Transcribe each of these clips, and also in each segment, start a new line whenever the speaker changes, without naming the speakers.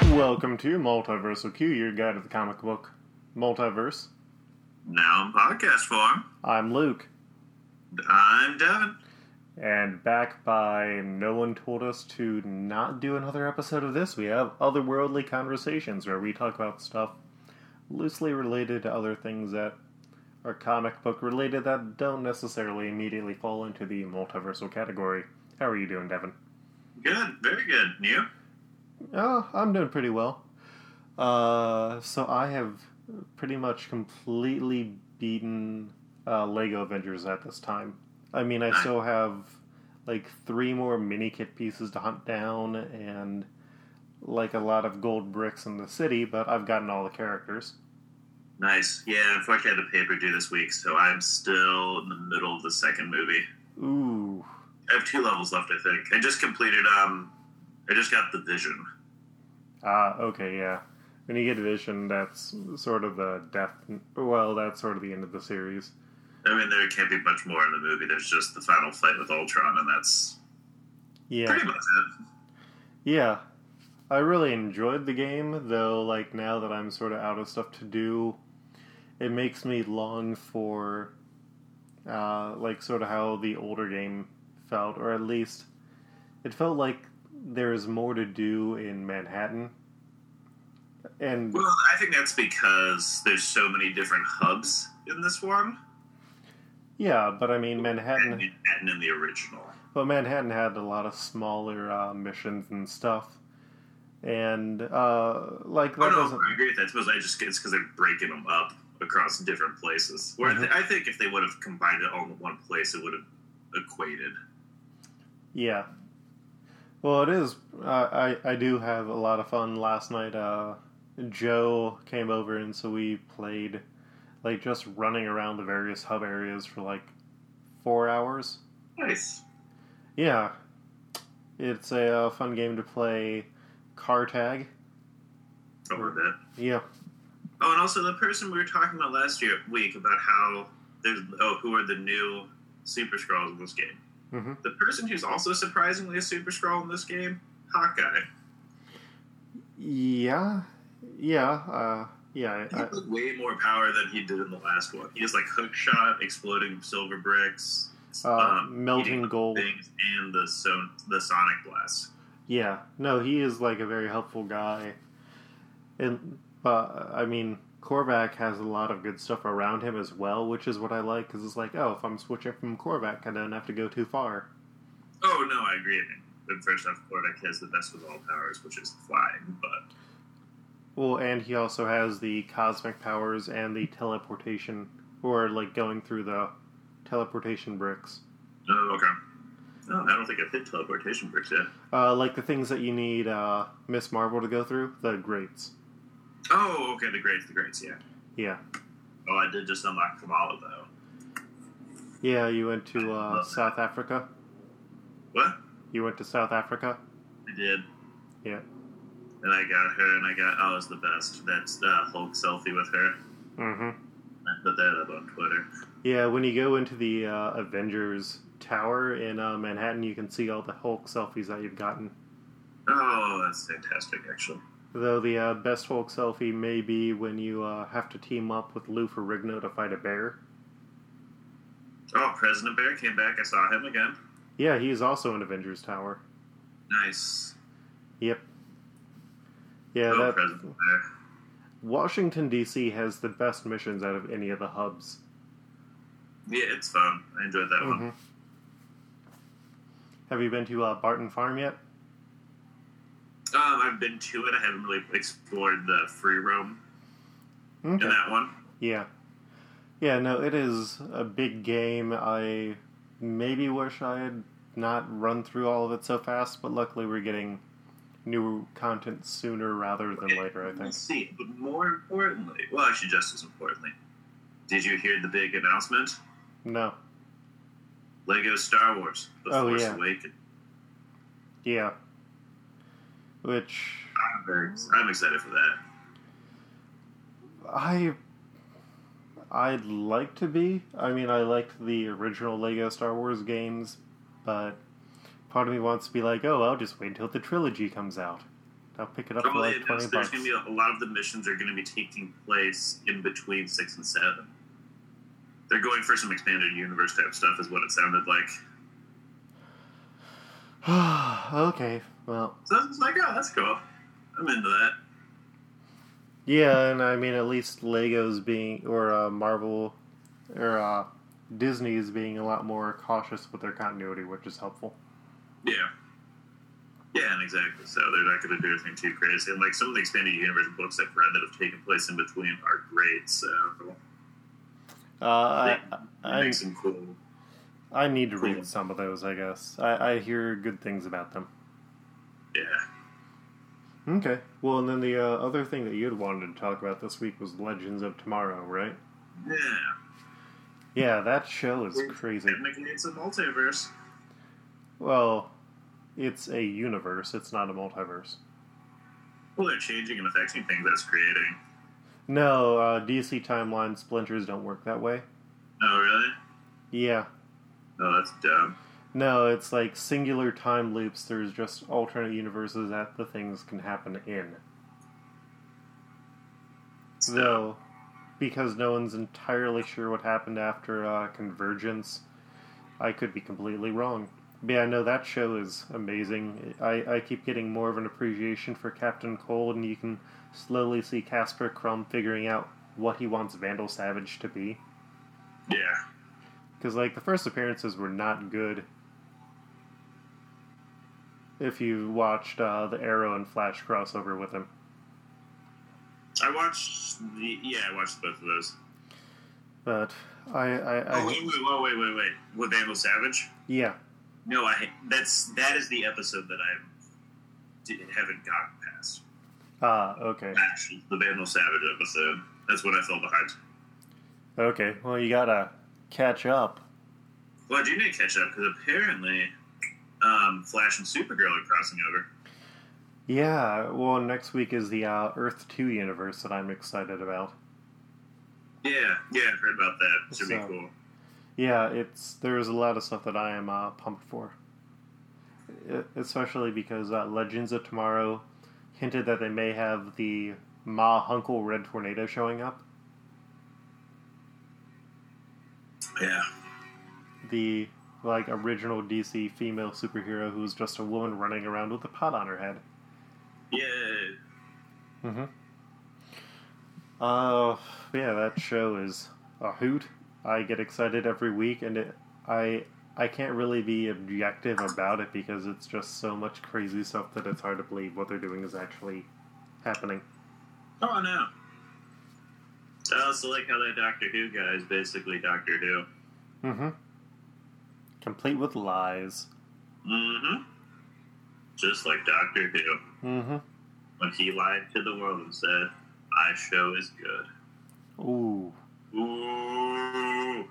to Multiversal Q, your guide to the comic book multiverse.
Now in podcast form.
I'm Luke,
I'm Devin.
and back by No One Told Us to Not Do Another Episode of This, we have Otherworldly Conversations, where we talk about stuff loosely related to other things that are comic book related that don't necessarily immediately fall into the multiversal category. How are you doing, Devin?
Good, very good. And You?
Oh, I'm doing pretty well. Uh, so I have pretty much completely beaten uh, Lego Avengers at this time. I mean, I still have like three more mini kit pieces to hunt down and like a lot of gold bricks in the city, but I've gotten all the characters.
Nice. Yeah, unfortunately, I had a paper due this week, so I'm still in the middle of the second movie.
Ooh.
I have two levels left, I think. I just completed. Um, I just got the Vision.
Ah, okay, yeah. When you get Vision, that's sort of the death. Well, that's sort of the end of the series.
I mean, there can't be much more in the movie. There's just the final fight with Ultron, and that's
Yeah.
pretty much it.
Yeah. I really enjoyed the game, though, like, now that I'm sort of out of stuff to do, it makes me long for, uh, like, sort of how the older game felt, or at least it felt like there is more to do in Manhattan. And,
Well, I think that's because there's so many different hubs in this one,
yeah, but I mean,
and
Manhattan.
Manhattan in the original.
But Manhattan had a lot of smaller uh, missions and stuff. And, uh, like, that
Oh, no,
doesn't.
I agree with that. I suppose I just it's because they're breaking them up across different places. Where I,
Uh-huh.
th- I think if they would have combined it all in one place, it would have equated.
Yeah. Well, it is. uh, I I, I do have a lot of fun. Last night, uh, Joe came over, and so we played, like, just running around the various hub areas for like four hours.
Nice.
Yeah, it's a uh, fun game to play. Car tag.
Over that.
Yeah.
Oh, and also the person we were talking about last year week about how there's oh who are the new super scrolls in this game.
hmm
The person who's also surprisingly a super scroll in this game, Hawkeye.
Yeah. Yeah. Uh, yeah.
He
I,
has way more power than he did in the last one. He has like hook shot, exploding silver bricks,
uh,
um,
melting
eating
gold.
things, and the so the sonic blast.
Yeah, no, he is like a very helpful guy, and but I mean, Korvac has a lot of good stuff around him as well, which is what I like because it's like, oh, if I'm switching from Korvac, I don't have to go too far.
Oh no, I agree. I mean, but first off, Kordak has the best of all powers, which is flying. But
Well, and he also has the cosmic powers and the teleportation, or like going through the teleportation bricks,
oh, okay. No, I don't think I've hit teleportation bricks yet.
uh, like the things that you need uh, Miss Marvel to go through, the grates.
Oh, okay, the greats, the greats, yeah.
Yeah,
Oh, I did just unlock Kamala though.
yeah, you went to uh, South Africa.
What?
You went to South Africa.
I did.
Yeah.
And I got her, and I got oh, it's the best. That's uh, Hulk selfie with her.
Mm-hmm.
I put that up on Twitter.
Yeah, when you go into the uh, Avengers Tower in uh, Manhattan, you can see all the Hulk selfies that you've gotten.
Oh, that's fantastic, actually.
Though the uh, best Hulk selfie may be when you uh, have to team up with Lou Ferrigno to fight a bear.
Oh, President Bear came back. I saw him again.
Yeah, he is also in Avengers Tower.
Nice.
Yep. Yeah,
oh,
that
President Bear.
Washington D.C. has the best missions out of any of the hubs.
Yeah, it's fun. I enjoyed that one.
Mhm. Have you been to uh, Barton Farm yet?
Um, I've been to it. I haven't really explored the free roam
Okay.
in that one.
Yeah. Yeah, no, it is a big game. I maybe wish I had not run through all of it so fast, but luckily we're getting new content sooner rather than later, I
We'll
think.
see. But more importantly, well, actually, just as importantly, did you hear the big announcement?
No.
Lego Star Wars: The
Oh,
Force
yeah.
Awakens.
Yeah. Which
I'm, very, I'm excited for that.
I I'd like to be. I mean, I liked the original Lego Star Wars games, but part of me wants to be like, "Oh, I'll just wait until the trilogy comes out." I'll pick it up for like
Probably
twenty
announced there's
bucks.
going to be a, a lot of the missions are going to be taking place in between six and seven. They're going for some expanded universe type stuff, is what it sounded like.
okay, well,
So I was like, oh, that's cool. I'm into that.
yeah, and I mean at least Legos being or uh, Marvel or uh, Disney's being a lot more cautious with their continuity, which is helpful.
Yeah. Yeah, and exactly. So they're not going to do anything too crazy. And like some of the expanded universe books I've read that have taken place in between are great. So
Uh, I,
I,
I
make some cool.
I need to
Cool.
read some of those. I guess I, I hear good things about them.
Yeah.
Okay. Well, and then the uh, other thing that you had wanted to talk about this week was Legends of Tomorrow, right?
Yeah.
Yeah, that show is
We're
crazy.
Technically, it's a multiverse.
Well, it's a universe. It's not a multiverse.
Well, they're changing and affecting things that's creating.
No, uh, DC timeline splinters don't work that way.
Oh, really?
Yeah.
Oh, that's dumb.
No, it's like singular time loops. There's just alternate universes that the things can happen in. Though, because no one's entirely sure what happened after uh, Convergence, I could be completely wrong. But yeah, I know that show is amazing. I, I keep getting more of an appreciation for Captain Cold, and you can slowly see Casper Crumb figuring out what he wants Vandal Savage to be.
Yeah.
Because, like, the first appearances were not good. If you watched uh, the Arrow and Flash crossover with him,
I watched the. Yeah, I watched both of those.
but I, I, I
oh, wait, wait, wait, wait, wait, wait. With Vandal Savage?
yeah,
No, I. That's that is the episode that I did, haven't gotten past.
ah, okay,
Flash, the Vandal Savage episode. That's when I fell behind.
okay. Well, you gotta catch up.
Well, I do need to catch up because apparently, um, Flash and Supergirl are crossing over.
Yeah. Well, next week is the uh, Earth Two universe that I'm excited about.
Yeah, yeah, I've heard about that. Should be
So-
cool.
Yeah, it's there's a lot of stuff that I am uh, pumped for, E- especially because uh, Legends of Tomorrow hinted that they may have the Ma Hunkle Red Tornado showing up.
Yeah.
the like original DC female superhero who was just a woman running around with a pot on her head.
Yeah.
Mm-hmm. Uh, yeah, that show is a hoot. I get excited every week, and it, I I can't really be objective about it because it's just so much crazy stuff that it's hard to believe what they're doing is actually happening.
Oh no. I also like how that Doctor Who guy is basically Doctor Who.
Mm-hmm. Complete with lies.
Mm-hmm. Just like Doctor Who.
Mm-hmm.
When he lied to the world and said, My show is good.
Ooh.
Ooh.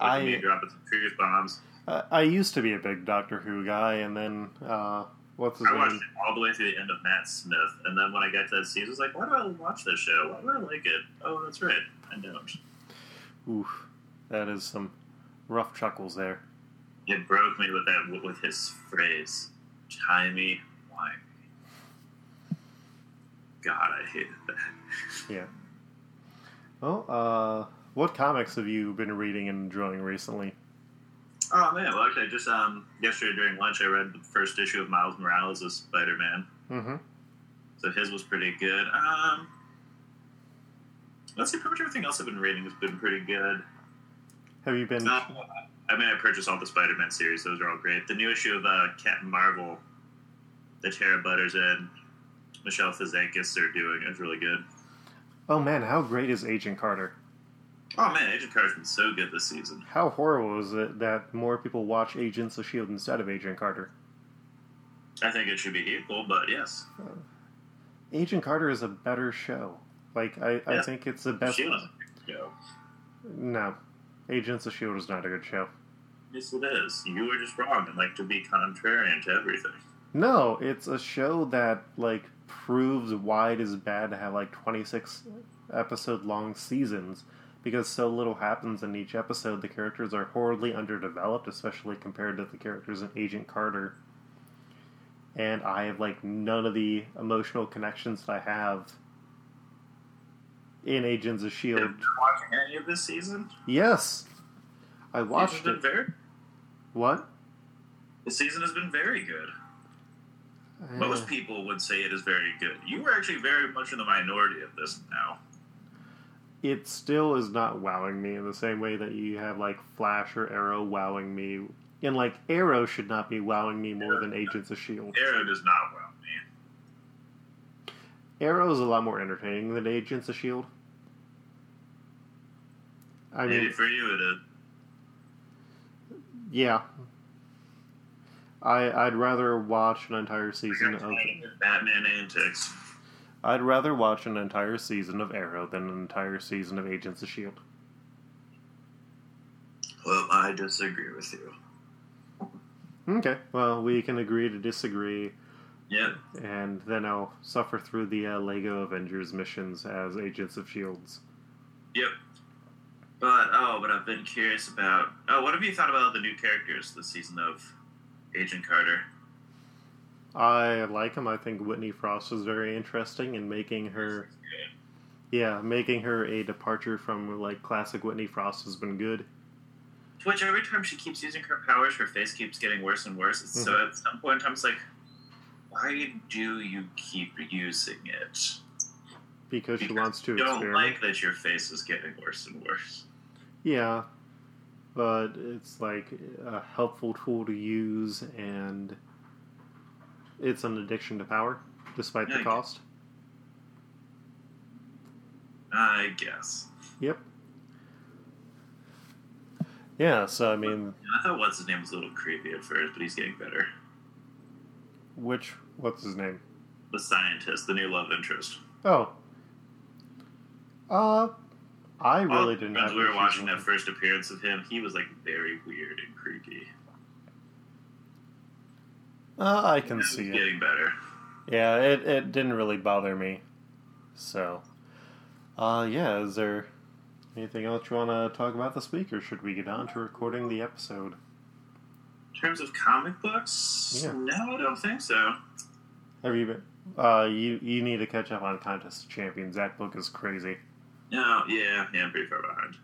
I.
Me dropping some truth bombs.
I I used to be a big Doctor Who guy, and then uh, what's his
I watched
name?
it all the way through the end of Matt Smith, and then when I got to that season, I was like, Why do I watch this show? Why do I like it? Oh, that's right. I don't.
Oof, that is some rough chuckles there.
It broke me with that with his phrase, "Timey wimey." God, I hated that.
Yeah. Well, uh, what comics have you been reading and enjoying recently?
Oh man, well actually, just um yesterday during lunch, I read the first issue of Miles Morales as Spider Man.
Mm-hmm.
So his was pretty good. Um, let's see, pretty much everything else I've been reading has been pretty good.
Have you been?
No, I mean, I purchased all the Spider Man series; those are all great. The new issue of uh, Captain Marvel, the Tara Butters and Michelle Fizankis are doing is really good.
Oh man, how great is Agent Carter?
Oh man, Agent Carter's been so good this season.
How horrible is it that more people watch Agents of Shield E instead of Agent Carter?
I think it should be equal, but yes,
Agent Carter is a better show. Like I, I
Yeah.
think it's the best.
she doesn't go.
No, Agents of Shield E is not a good show.
Yes, it is. You were just wrong and like to be contrarian to everything.
No, it's a show that like proves why it is bad to have like 26 episode long seasons because so little happens in each episode. The characters are horribly underdeveloped, especially compared to the characters in Agent Carter. and I have like none of the emotional connections that I have in Agents of
Did
Shield.
you watch any of this season?
E Yes, I
This
watched
has
it.
been very.
What?
The season has been very good. Most
Eh,
people would say it is very good. You were actually very much in the minority of this now.
It still is not wowing me in the same way that you have like Flash or Arrow wowing me, and like Arrow should not be wowing me more than Agents of Shield.
Arrow does not wow me.
Arrow is a lot more entertaining than Agents of Shield. E I
Maybe
mean,
for you it is.
yeah. I I'd rather watch an entire season of
Batman antics.
I'd rather watch an entire season of Arrow than an entire season of Agents of Shield.
Well, I disagree with you.
Okay, well we can agree to disagree,
Yeah,
and then I'll suffer through the uh, Lego Avengers missions as Agents of Shields.
Yep. But oh, but I've been curious about oh, what have you thought about the new characters this season of Agent Carter?
I like him. I think Whitney Frost is very interesting in making her, yeah, making her a departure from like classic Whitney Frost has been good.
To which every time she keeps using her powers, her face keeps getting worse and worse.
Mm-hmm.
So at some point, I'm just like, why do you keep using it?
because she wants to
You don't
experiment.
like that your face is getting worse and worse.
yeah, but it's like a helpful tool to use, and it's an addiction to power, despite the
Yeah.
cost.
I guess.
Yep. Yeah, so I mean,
I thought what's his name was a little creepy at first, but he's getting better.
which what's his name?
The scientist, the new love interest.
Oh, uh, I really
Oh,
didn't.
As
Have
we were
issues
watching
with
that first appearance of him, he was like very weird and creepy.
it. Uh, I can
He's
see it.
getting better.
Yeah, it it didn't really bother me. So, uh, yeah. Is there anything else you want to talk about this week, or should we get on to recording the episode?
In terms of comic books,
Yeah.
no, I don't think so.
Have you been? Uh, you you need to catch up on Contest of Champions. That book is crazy.
No, yeah, yeah, I'm pretty far behind.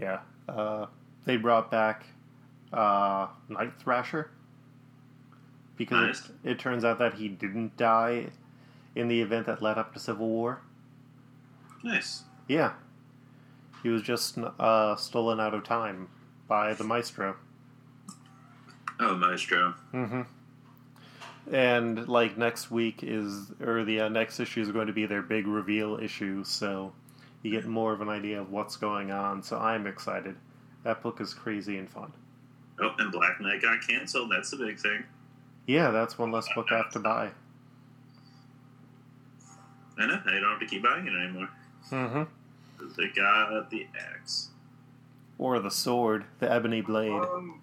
Yeah. Uh, they brought back uh, Night Thrasher because
Nice.
it, it turns out that he didn't die in the event that led up to Civil War.
Nice.
Yeah. He was just uh, stolen out of time by the Maestro.
Oh, Maestro.
Mm-hmm. And like next week is, or the uh, next issue is going to be their big reveal issue, so you get more of an idea of what's going on. So I'm excited. That book is crazy and fun.
Oh, and Black Knight got canceled. That's the big thing.
Yeah, that's one less book I have to buy.
I know. I don't have to keep buying it anymore.
Mm-hmm.
'Cause They got the axe.
Or the sword, the ebony blade.
Um,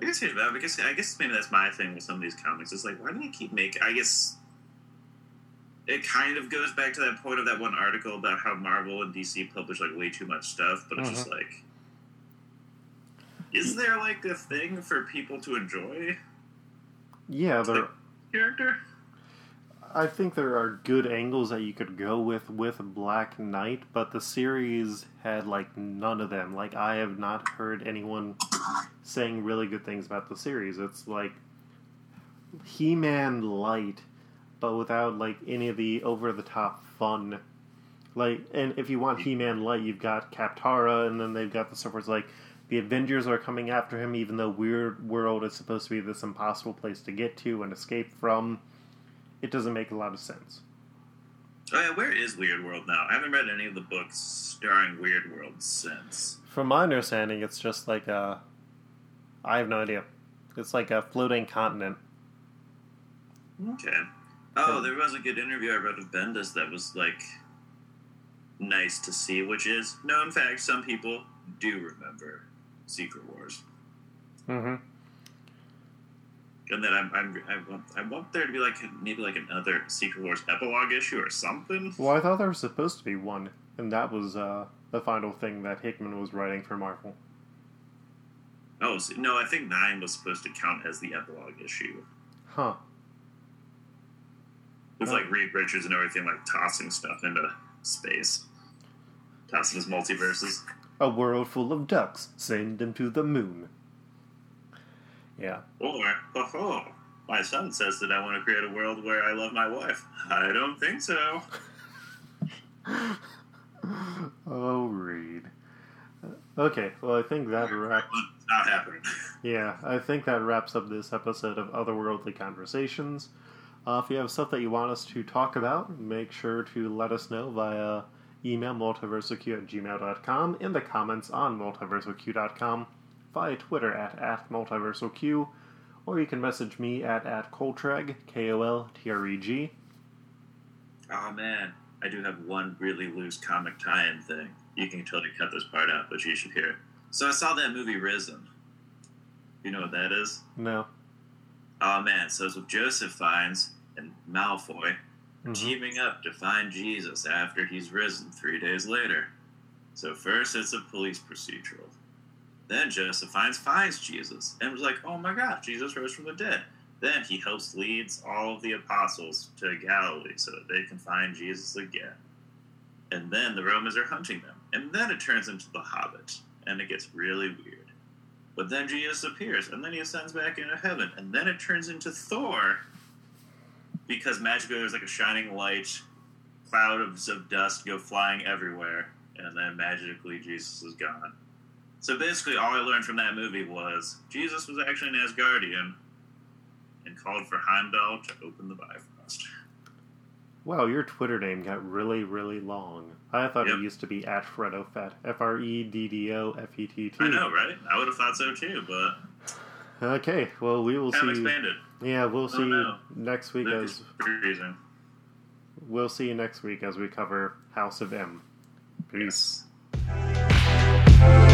I guess here's that. I guess I guess maybe that's my thing with some of these comics. It's like, why do they keep making? I guess it kind of goes back to that point of that one article about how Marvel and DC publish like way too much stuff, but it's just like, is there like a thing for people to enjoy
Yeah, there.
character?
I think there are good angles that you could go with with Black Knight, but the series had like none of them. Like I have not heard anyone saying really good things about the series. It's like He-Man light, but without like any of the over-the-top fun. Like, and if you want He-Man light, you've got Captara, and then they've got the stuff where it's like the Avengers are coming after him, even though Weird World is supposed to be this impossible place to get to and escape from it doesn't make a lot of sense.
Oh yeah, where is Weird World now? I haven't read any of the books starring Weird World since.
From my understanding, it's just like a. I have no idea. It's like a floating continent.
Okay. Oh, there was a good interview I read with Bendis that was like nice to see, which is no. In fact, some people do remember Secret Wars,
Mm-hmm.
and then I'm, I'm I want I want there to be like maybe like another Secret Wars epilogue issue or something.
Well, I thought there was supposed to be one, and that was uh, the final thing that Hickman was writing for Marvel.
Oh so, no, I think nine was supposed to count as the epilogue issue.
Huh.
with
Oh.
like Reed Richards and everything, like tossing stuff into space, tossing his multiverses.
A world full of ducks. Send them to the moon. Yeah.
Or, oh, oh, my son says that I want to create a world where I love my wife. I don't think so.
Oh, Reed. Okay, well, I think that wraps.
It's not happening.
Yeah, I think that wraps up this episode of Otherworldly Conversations. Uh, if you have stuff that you want us to talk about, make sure to let us know via email multiverseq at gmail.com, in the comments on multiverseq.com, via Twitter at, at multiverseq, or you can message me at, at Coltreg, K O L T R E G.
Oh man, I do have one really loose comic tie-in thing. You can totally cut this part out, but you should hear it. So I saw that movie Risen. You know what that is?
No.
Oh man, so it's with Joseph Fiennes and Malfoy
Mhm.
teaming up to find Jesus after he's risen three days later. So first it's a police procedural. Then Joseph finds finds Jesus and was like, Oh my god, Jesus rose from the dead. Then he helps leads all of the apostles to Galilee so that they can find Jesus again. And then the Romans are hunting them. And then it turns into the Hobbit. And it gets really weird. But then Jesus appears, and then he ascends back into heaven, and then it turns into Thor because magically there's like a shining light, cloud of, of dust go flying everywhere, and then magically Jesus is gone. So basically, all I learned from that movie was Jesus was actually an Asgardian and called for Heimdall to open the Bifrost.
Wow, your Twitter name got really, really long. I thought
Yep.
it used to be at Fredofet. F R E D D O F E T T.
I know, right? I would have thought so too, but
Okay, well, we will
kind of
see.
expanded. Oh,
Yeah, we'll see
no.
next week
That
as
is the reason.
we'll see you next week as we cover House of M. Peace.
Yes.